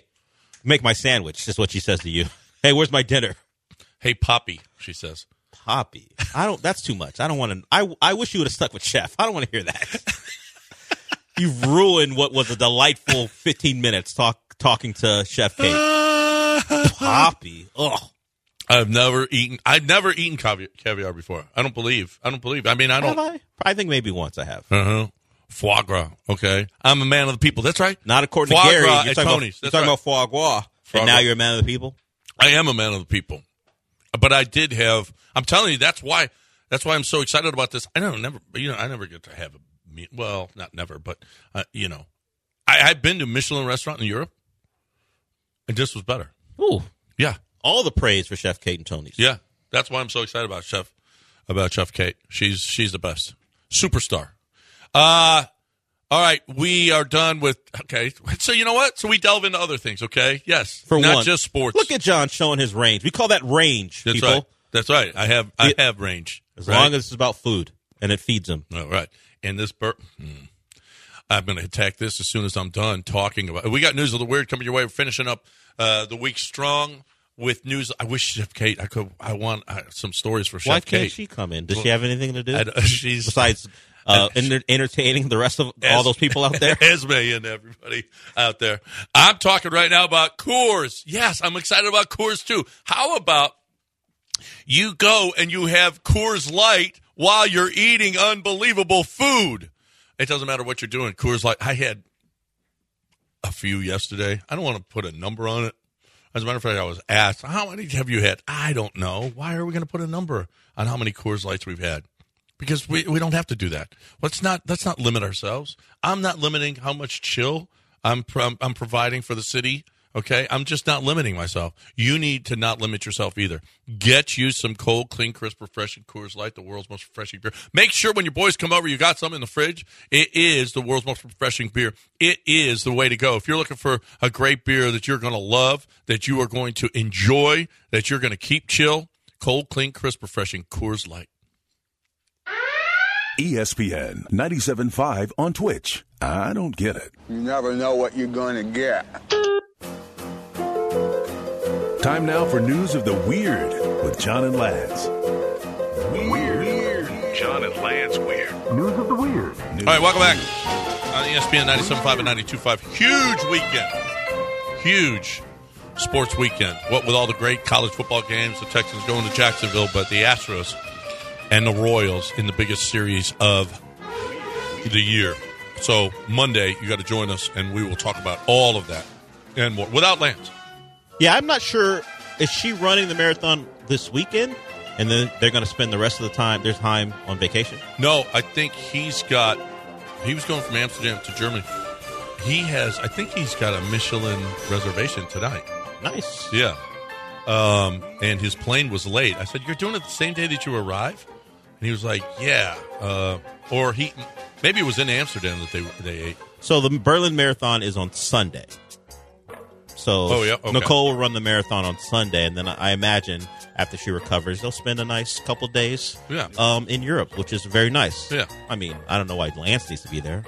S4: make my sandwich." Is what she says to you. Hey, where's my dinner?
S1: Hey, Poppy, she says.
S4: Poppy. I don't. That's too much. I don't want to. I I wish you would have stuck with chef. I don't want to hear that. you ruined what was a delightful fifteen minutes talk talking to Chef Kate. Poppy. Oh,
S1: I've never eaten. I've never eaten caviar, caviar before. I don't believe. I don't believe. I mean, I
S4: have
S1: don't.
S4: I? I think maybe once I have.
S1: Uh huh. Foie gras. Okay. I'm a man of the people. That's right.
S4: Not according
S1: Foie
S4: to Gary.
S1: gras
S4: You're
S1: at
S4: talking,
S1: Tony's.
S4: About, you're
S1: That's
S4: talking
S1: right.
S4: about foie gras,
S1: Foie
S4: and now
S1: gras.
S4: you're a man of the people.
S1: I am a man of the people, but I did have. I'm telling you, that's why. That's why I'm so excited about this. I don't never, you know, I never get to have a meal. Well, not never, but uh, you know, I, I've been to Michelin restaurant in Europe, and this was better.
S4: Ooh,
S1: Yeah,
S4: all the praise for Chef Kate and Tony's.
S1: yeah. That's why I'm so excited about Chef, about Chef Kate. She's she's the best superstar. Uh all right, we are done with okay. So you know what? So we delve into other things. Okay, yes,
S4: for
S1: not
S4: one.
S1: just sports.
S4: Look at John showing his range. We call that range,
S1: That's
S4: people.
S1: right. That's right. I have I
S4: Yeah.
S1: have range.
S4: As
S1: right?
S4: long as it's about food and it feeds him.
S1: All right. And this bur- Hmm. I'm going to attack this as soon as I'm done talking about. We got news of the weird coming your way. We're finishing up uh, the week strong with news. I wish Chef Kate. I could. I want uh, some stories for Chef
S4: Why can't
S1: Kate.
S4: she come in? Does
S1: Well,
S4: she have anything to do
S1: I don't- she's
S4: besides uh, enter- entertaining the rest of all those people out there?
S1: Esme and everybody out there. I'm talking right now about Coors. Yes, I'm excited about Coors too. How about you go and you have Coors Light while you're eating unbelievable food? It doesn't matter what you're doing. Coors Light. I had a few yesterday. I don't want to put a number on it. As a matter of fact, I was asked, "How many have you had?" I don't know. Why are we going to put a number on how many Coors Lights we've had? Because we, we don't have to do that. Let's not let's not limit ourselves. I'm not limiting how much chill I'm pro- I'm providing for the city. Okay, I'm just not limiting myself. You need to not limit yourself either. Get you some cold, clean, crisp, refreshing Coors Light, the world's most refreshing beer. Make sure when your boys come over, you got some in the fridge. It is the world's most refreshing beer. It is the way to go. If you're looking for a great beer that you're going to love, that you are going to enjoy, that you're going to keep chill, cold, clean, crisp, refreshing Coors Light.
S9: E ESPN 97.5 on Twitch. I don't get it.
S14: You never know what you're going to get.
S9: Time now for news of the weird with John and Lance. Weird. John and Lance Weird. News of the weird.
S1: All right, welcome back on E ESPN 97.5 and 92.5. Huge weekend. Huge sports weekend. What with all the great college football games, the Texans going to Jacksonville, but the Astros and the Royals in the biggest series of the year. So Monday, you got to join us, and we will talk about all of that and more without Lance.
S4: Yeah, I'm not sure. Is she running the marathon this weekend? And then they're going to spend the rest of the time, their time on vacation.
S1: No, I think he's got. He was going from Amsterdam to Germany. He has. I think he's got a Michelin reservation tonight.
S4: Nice.
S1: Yeah. Um, and his plane was late. I said, "You're doing it the same day that you arrive?" And he was like, "Yeah." Uh, or he maybe it was in Amsterdam that they they ate.
S4: So the Berlin Marathon is on Sunday. So
S1: Oh, yeah? Okay.
S4: Nicole will run the marathon on Sunday, and then I I imagine after she recovers, they'll spend a nice couple days
S1: Yeah.
S4: um, in Europe, which is very nice.
S1: Yeah.
S4: I mean, I don't know why Lance needs to be there.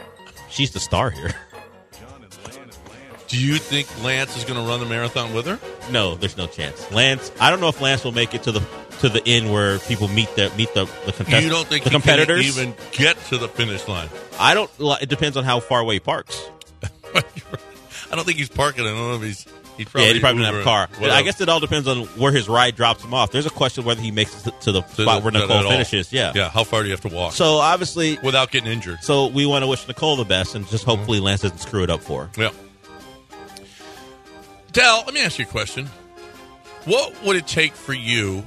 S4: She's the star here.
S1: Do you think Lance is going to run the marathon with her?
S4: No, there's no chance. Lance, I don't know if Lance will make it to the to the end where people meet the meet the the, contest-
S1: you don't think
S4: the
S1: he
S4: competitors
S1: can even get to the finish line?
S4: I don't. li- It depends on how far away he parks.
S1: I don't think he's parking. I don't know if he's. He probably
S4: yeah, he probably doesn't
S1: Uber,
S4: have a car. But I
S1: whatever.
S4: guess it all depends on where his ride drops him off. There's a question whether he makes it to the
S1: To
S4: spot
S1: the-
S4: where
S1: to
S4: Nicole
S1: that all.
S4: finishes. Yeah.
S1: yeah. How far do you have to walk?
S4: So obviously,
S1: without getting injured.
S4: so we want to wish Nicole the best, and just hopefully Lance doesn't screw it up for. her.
S1: Yeah. Dell, let me ask you a question. What would it take for you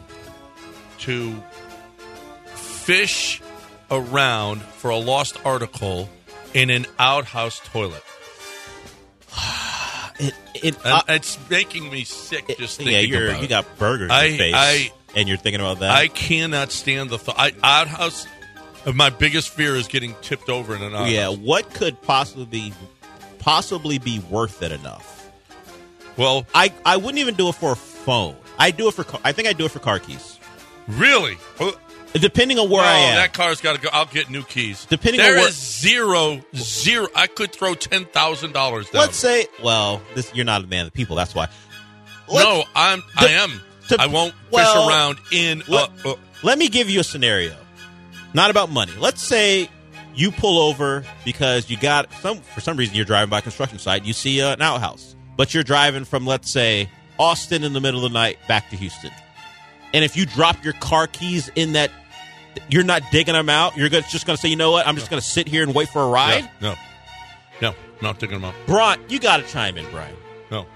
S1: to fish around for a lost article in an outhouse toilet?
S4: It, it, uh,
S1: And it's making me sick just thinking
S4: yeah, you're
S1: about
S4: you
S1: it.
S4: got burgers in
S1: I-
S4: your face,
S1: I-
S4: and you're thinking about that.
S1: I cannot stand the thought. I, outhouse. My biggest fear is getting tipped over in an outhouse.
S4: yeah, what could possibly be, possibly be worth it enough?
S1: Well,
S4: I I wouldn't even do it for a phone. I do it for. ca- I think I do it for car keys.
S1: Really?
S4: Depending on where
S1: no,
S4: I am,
S1: Oh, that car's got to go. I'll get new keys.
S4: Depending
S1: There
S4: on what-
S1: is zero, zero. I could throw ten thousand dollars down.
S4: Let's say, well, this, you're not a man of the people. That's why.
S1: no, I'm. I am.
S4: to-
S1: I won't
S4: well,
S1: fish around in.
S4: Let,
S1: uh, uh,
S4: let me give you a scenario, not about money. Let's say you pull over because you got some for some reason you're driving by a construction site. You see uh, an outhouse, but you're driving from let's say Austin in the middle of the night back to Houston, and if you drop your car keys in that. You're not digging them out. You're go- just going to say, you know what? I'm just going to sit here and wait for a ride.
S1: no, no, not digging them up.
S4: Bront, you got to chime in, Brian.
S1: No,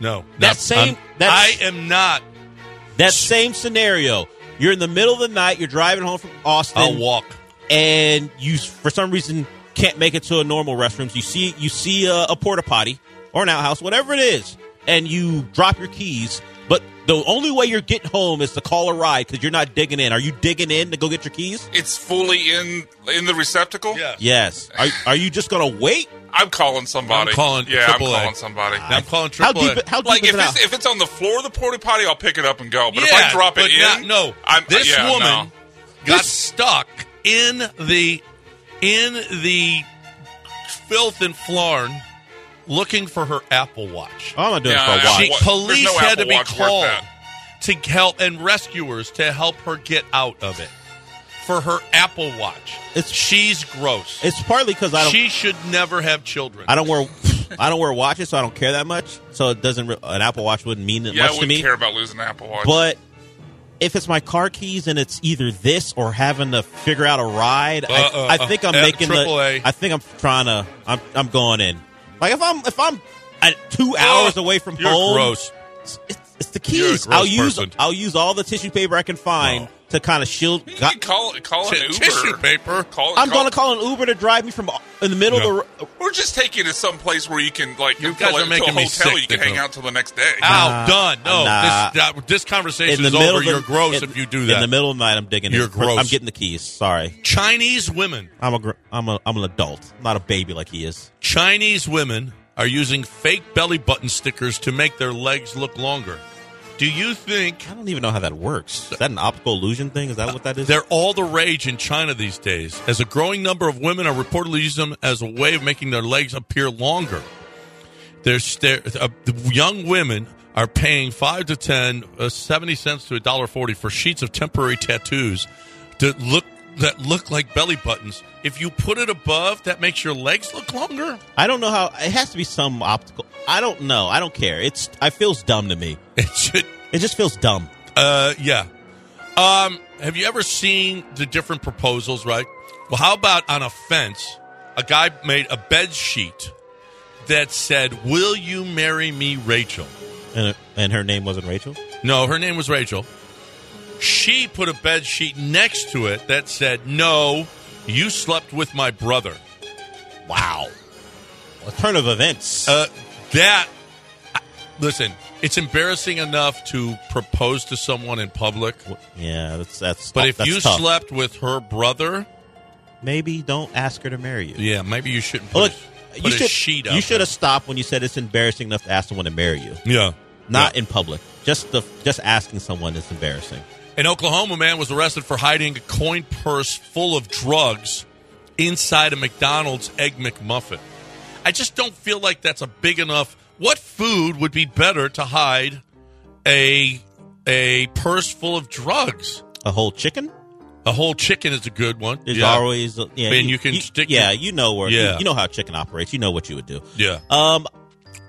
S1: no. No,
S4: That same-
S1: I'm-
S4: that-
S1: I am not.
S4: That same scenario. You're in the middle of the night. You're driving home from Austin.
S1: I'll walk.
S4: and you for some reason can't make it to a normal restroom. So you see you see a, a porta potty or an outhouse, whatever it is, and you drop your keys. But the only way you're getting home is to call a ride because you're not digging in. Are you digging in to go get your keys?
S13: It's fully in in the receptacle. Yeah,
S4: Yes. Are, are you just gonna wait?
S13: I'm calling somebody.
S1: I'm calling
S13: Yeah, I'm
S1: AAA.
S13: calling somebody.
S1: I'm calling
S4: How
S1: AAA.
S4: deep- how deep
S13: like
S4: is
S13: if
S4: it
S13: it's
S4: out?
S13: if it's on the floor of the porta potty, I'll pick it up and go. But if
S1: Yeah,
S13: I drop
S1: but
S13: it in,
S1: not- no.
S13: I'm,
S1: this
S13: yeah,
S1: woman
S13: no.
S1: got stuck in the in the filth and flarn looking for her Apple Watch.
S4: Oh, I'm not doing
S13: Yeah,
S4: it for a
S13: Apple
S4: while.
S1: She,
S13: Watch-
S1: police
S13: there's no
S1: had to
S13: Apple
S1: be
S13: Watch worth
S1: called
S13: that.
S1: to help and rescuers to help her get out of it for her Apple Watch.
S4: It's-
S1: She's gross.
S4: It's partly because I don't
S1: She should never have children.
S4: I don't wear I don't wear watches, so I don't care that much. So it doesn't re- an Apple Watch wouldn't mean that
S13: Yeah, I
S4: much to
S13: wouldn't
S4: me.
S13: care about losing an Apple Watch.
S4: But if it's my car keys and it's either this or having to figure out a ride, I,
S1: Uh, uh,
S13: Uh-uh.
S4: I think I'm
S1: uh,
S4: making the.
S1: AAA.
S4: I think I'm trying to. I'm I'm going in. Like if I'm if I'm at two hours away from
S1: Oh, You're
S4: home,
S1: gross.
S4: It's, it's the
S1: You're a
S4: keys.
S1: gross
S4: I'll use
S1: person.
S4: I'll use all the tissue paper I can find to kind of shield.
S13: you
S4: God-
S13: can call call
S1: T-
S13: an Uber.
S1: tissue paper.
S13: Call,
S4: I'm
S13: call,
S4: going to call an Uber to drive me from uh, in the middle
S1: No.
S4: of the. ro-
S13: Or just take you to some place where you can like
S1: You
S13: to
S1: guys
S13: a-
S1: are making
S13: to a
S1: me
S13: hotel
S1: sick
S13: you can
S1: thinking
S13: hang
S1: of-
S13: out till the next day.
S1: Ow, done. No,
S4: Nah.
S1: this, that, this
S4: In
S1: conversation
S4: the
S1: is
S4: middle,
S1: over.
S4: of the-
S1: You're gross
S4: in-
S1: if you do
S4: In
S1: that.
S4: the middle of the night, I'm digging.
S1: You're
S4: in.
S1: gross.
S4: I'm getting the keys. Sorry,
S1: Chinese women,
S4: I'm a gr- I'm a I'm an adult, not a baby like he is.
S1: Chinese women are using fake belly button stickers to make their legs look longer. Do you think
S4: I don't even know how that works. Is that an optical illusion thing? Is that what that is?
S1: They're all the rage in China these days, as a growing number of women are reportedly using them as a way of making their legs appear longer. They're sta- uh, the young women are paying five to ten, uh, seventy cents to a dollar forty for sheets of temporary tattoos that look that look like belly buttons. If you put it above, that makes your legs look longer.
S4: I don't know how. It has to be some optical. I don't know. I don't care. It's. I feels dumb to me.
S1: It should,
S4: It just feels dumb.
S1: uh, yeah. Um, have you ever seen the different proposals? Right. Well, how about on a fence? A guy made a bed sheet that said, "Will you marry me, Rachel?"
S4: And and her name wasn't Rachel.
S1: No, her name was Rachel. She put a bed sheet next to it that said, "No, you slept with my brother."
S4: Wow. A turn of events.
S1: Uh, that I- listen, it's embarrassing enough to propose to someone in public,
S4: yeah, that's that's.
S1: but if
S4: Oh, that's
S1: you
S4: tough.
S1: slept with her brother,
S4: maybe don't ask her to marry you.
S1: yeah, maybe you shouldn't.
S4: Look,
S1: put-
S4: you should you should have stopped when you said it's embarrassing enough to ask someone to marry you.
S1: Yeah,
S4: not in public. Just the just asking someone is embarrassing.
S1: An Oklahoma man was arrested for hiding a coin purse full of drugs inside a McDonald's Egg McMuffin. I just don't feel like that's a big enough. What food would be better to hide a a purse full of drugs?
S4: A whole chicken?
S1: A whole chicken is a good one.
S4: There's
S1: Yeah.
S4: always uh, yeah.
S1: and you, can stick.
S4: Yeah,
S1: your-
S4: you know where.
S1: Yeah.
S4: You, you know how chicken operates. You know what you would do.
S1: Yeah.
S4: Um,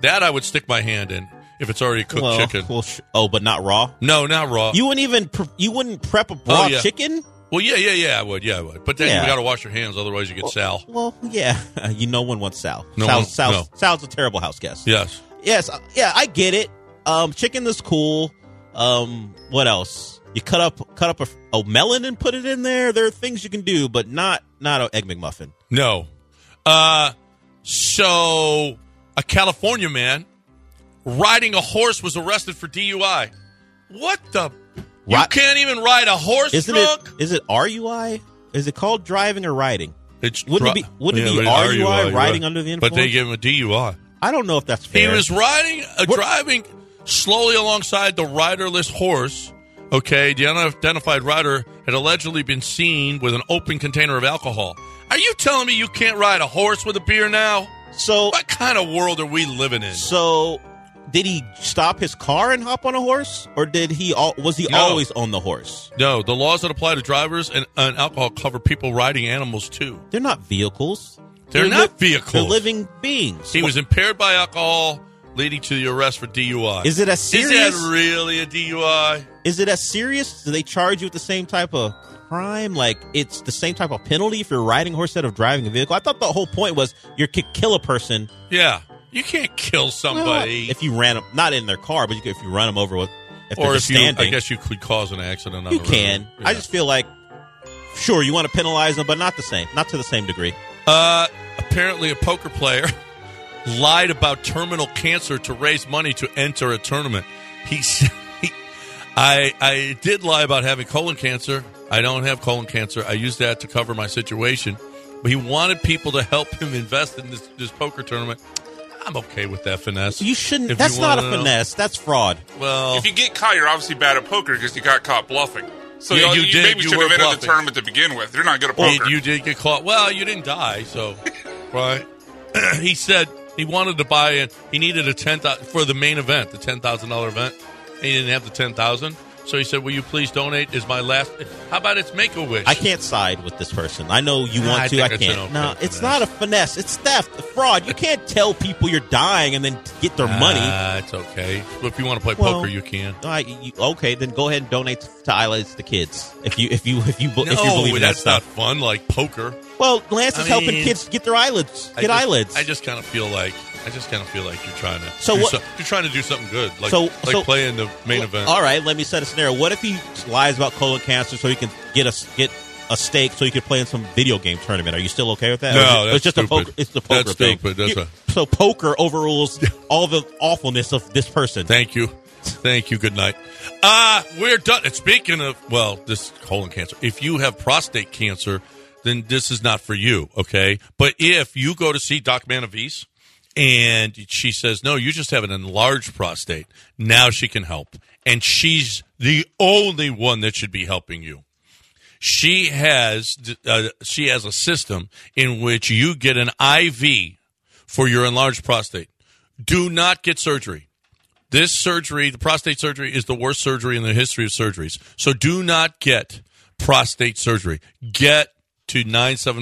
S1: that I would stick my hand in if it's already cooked
S4: Well,
S1: chicken.
S4: well, sh- oh, but not raw.
S1: No, not raw.
S4: You wouldn't even pre- you wouldn't prep a
S1: Oh,
S4: raw
S1: yeah.
S4: chicken.
S1: Well, yeah, yeah, yeah, I would. Yeah, I would. But then
S4: Yeah.
S1: you got to wash your hands, otherwise you get Sal.
S4: Well, yeah, you no one wants Sal.
S1: No
S4: Sal,
S1: one-
S4: Sal
S1: no.
S4: Sal's a terrible house guest.
S1: Yes.
S4: Yes, uh, yeah, I get it. Um, chicken is cool. Um, what else? You cut up cut up a, a melon and put it in there. There are things you can do, but not not an egg McMuffin.
S1: No. Uh, so a California man riding a horse was arrested for DUI. What the? You
S4: Right.
S1: can't even ride a horse
S4: Isn't
S1: drunk.
S4: it? Is it RUI? Is it called driving or riding?
S1: It's
S4: wouldn't
S1: dri-
S4: it be wouldn't it
S1: Yeah,
S4: be
S1: but
S4: RUI,
S1: RUI,
S4: riding
S1: yeah.
S4: under the influence?
S1: But they give him a DUI.
S4: I don't know if that's
S1: He
S4: fair.
S1: was riding, uh, driving slowly alongside the riderless horse. Okay, the unidentified rider had allegedly been seen with an open container of alcohol. Are you telling me you can't ride a horse with a beer now?
S4: So
S1: what kind of world are we living in?
S4: So, did he stop his car and hop on a horse, or did he? All, was he
S1: No.
S4: always on the horse?
S1: No, the laws that apply to drivers and, and alcohol cover people riding animals too.
S4: They're not vehicles.
S1: They're,
S4: li-
S1: not vehicles.
S4: They're living beings.
S1: He was impaired by alcohol, leading to the arrest for DUI.
S4: Is it as serious?
S1: Is that really a DUI?
S4: Is it as serious? Do they charge you with the same type of crime? Like it's the same type of penalty if you're riding a horse instead of driving a vehicle. I thought the whole point was you could kill a person.
S1: Yeah, you can't kill somebody.
S4: if you ran 'em- not in their car, but you could, if you run them over with, if they're
S1: or
S4: just
S1: if you,
S4: standing,
S1: I guess you could cause an accident. On
S4: you
S1: the road.
S4: can. I
S1: Yeah.
S4: just feel like, sure, you want to penalize them, but not the same, not to the same degree.
S1: Uh, apparently, a poker player lied about terminal cancer to raise money to enter a tournament. He, s- he I, I did lie about having colon cancer. I don't have colon cancer. I used that to cover my situation. But he wanted people to help him invest in this, this poker tournament. I'm okay with that finesse.
S4: You shouldn't.
S1: If
S4: that's
S1: you
S4: not a
S1: wanna know.
S4: finesse. That's fraud.
S1: Well,
S13: If you get caught, you're obviously bad at poker because you got caught bluffing. So
S1: Yeah,
S13: you, know,
S1: you
S13: you
S1: did.
S13: maybe
S1: You
S13: should
S1: were
S13: have entered the
S1: bluffing.
S13: tournament to begin with. You're not good at
S1: Well,
S13: poker.
S1: You did get caught. Well, you didn't die, so right. he said he wanted to buy in. He needed a ten thousand for the main event, the ten thousand dollar event. And he didn't have the ten thousand, so he said, "Will you please donate?" Is my last. How about it's Make a Wish?
S4: I can't side with this person. I know you
S1: Nah,
S4: want
S1: I
S4: to.
S1: think
S4: I
S1: it's an
S4: can't.
S1: okay
S4: no, it's not a finesse. It's theft, fraud. You can't tell people you're dying and then get their money.
S1: Ah, it's okay. If you want to play
S4: Well,
S1: poker, you can.
S4: All right, you- okay, then go ahead and donate to Isla's the kids. If you if you if you be- if you
S1: No,
S4: believe in that
S1: that's not
S4: stuff.
S1: fun. Like poker,
S4: Well, Lance is
S1: I
S4: helping
S1: mean,
S4: kids get their eyelids.
S1: I
S4: Get
S1: just-
S4: eyelids.
S1: I just kind of feel like I just kind of feel like you're trying to.
S4: So
S1: do
S4: what-
S1: some- you're trying to do something good, like
S4: So-
S1: like
S4: so-
S1: playing the main event.
S4: All right, let me set a scenario. What if he lies about colon cancer so he can get a get a stake so he could play in some video game tournament? Are you still okay with that?
S1: No,
S4: Or is it-
S1: that's
S4: it's just a
S1: stupid.
S4: poker. It's the poker
S1: That's
S4: thing.
S1: stupid. That's
S4: You-
S1: a-
S4: so poker overrules all the awfulness of this person.
S1: Thank you. Thank you. Good night. Uh, we're done. And speaking of, well, this colon cancer, if you have prostate cancer, then this is not for you, okay? But if you go to see Doc Manavis and she says, no, you just have an enlarged prostate, now she can help. And she's the only one that should be helping you she has uh, she has a system in which you get an IV for your enlarged prostate. Do not get surgery. This surgery, the prostate surgery, is the worst surgery in the history of surgeries. So do not get prostate surgery. Get to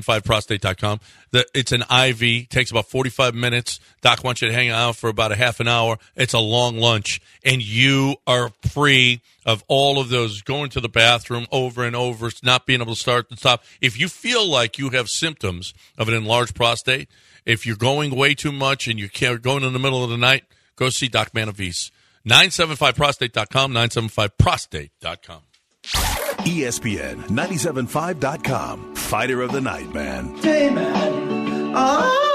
S1: 975prostate.com. The- It's an IV, takes about 45 minutes. Doc wants you to hang out for about a half an hour. It's a long lunch, and you are free of all of those going to the bathroom over and over, not being able to start and stop. If you feel like you have symptoms of an enlarged prostate, if you're going way too much and you can't going in the middle of the night, go see Doc Manavis. 975prostate.com, 975prostate.com.
S9: E ESPN 975.com. Fighter of the Night, man.
S15: Hey, man. Oh.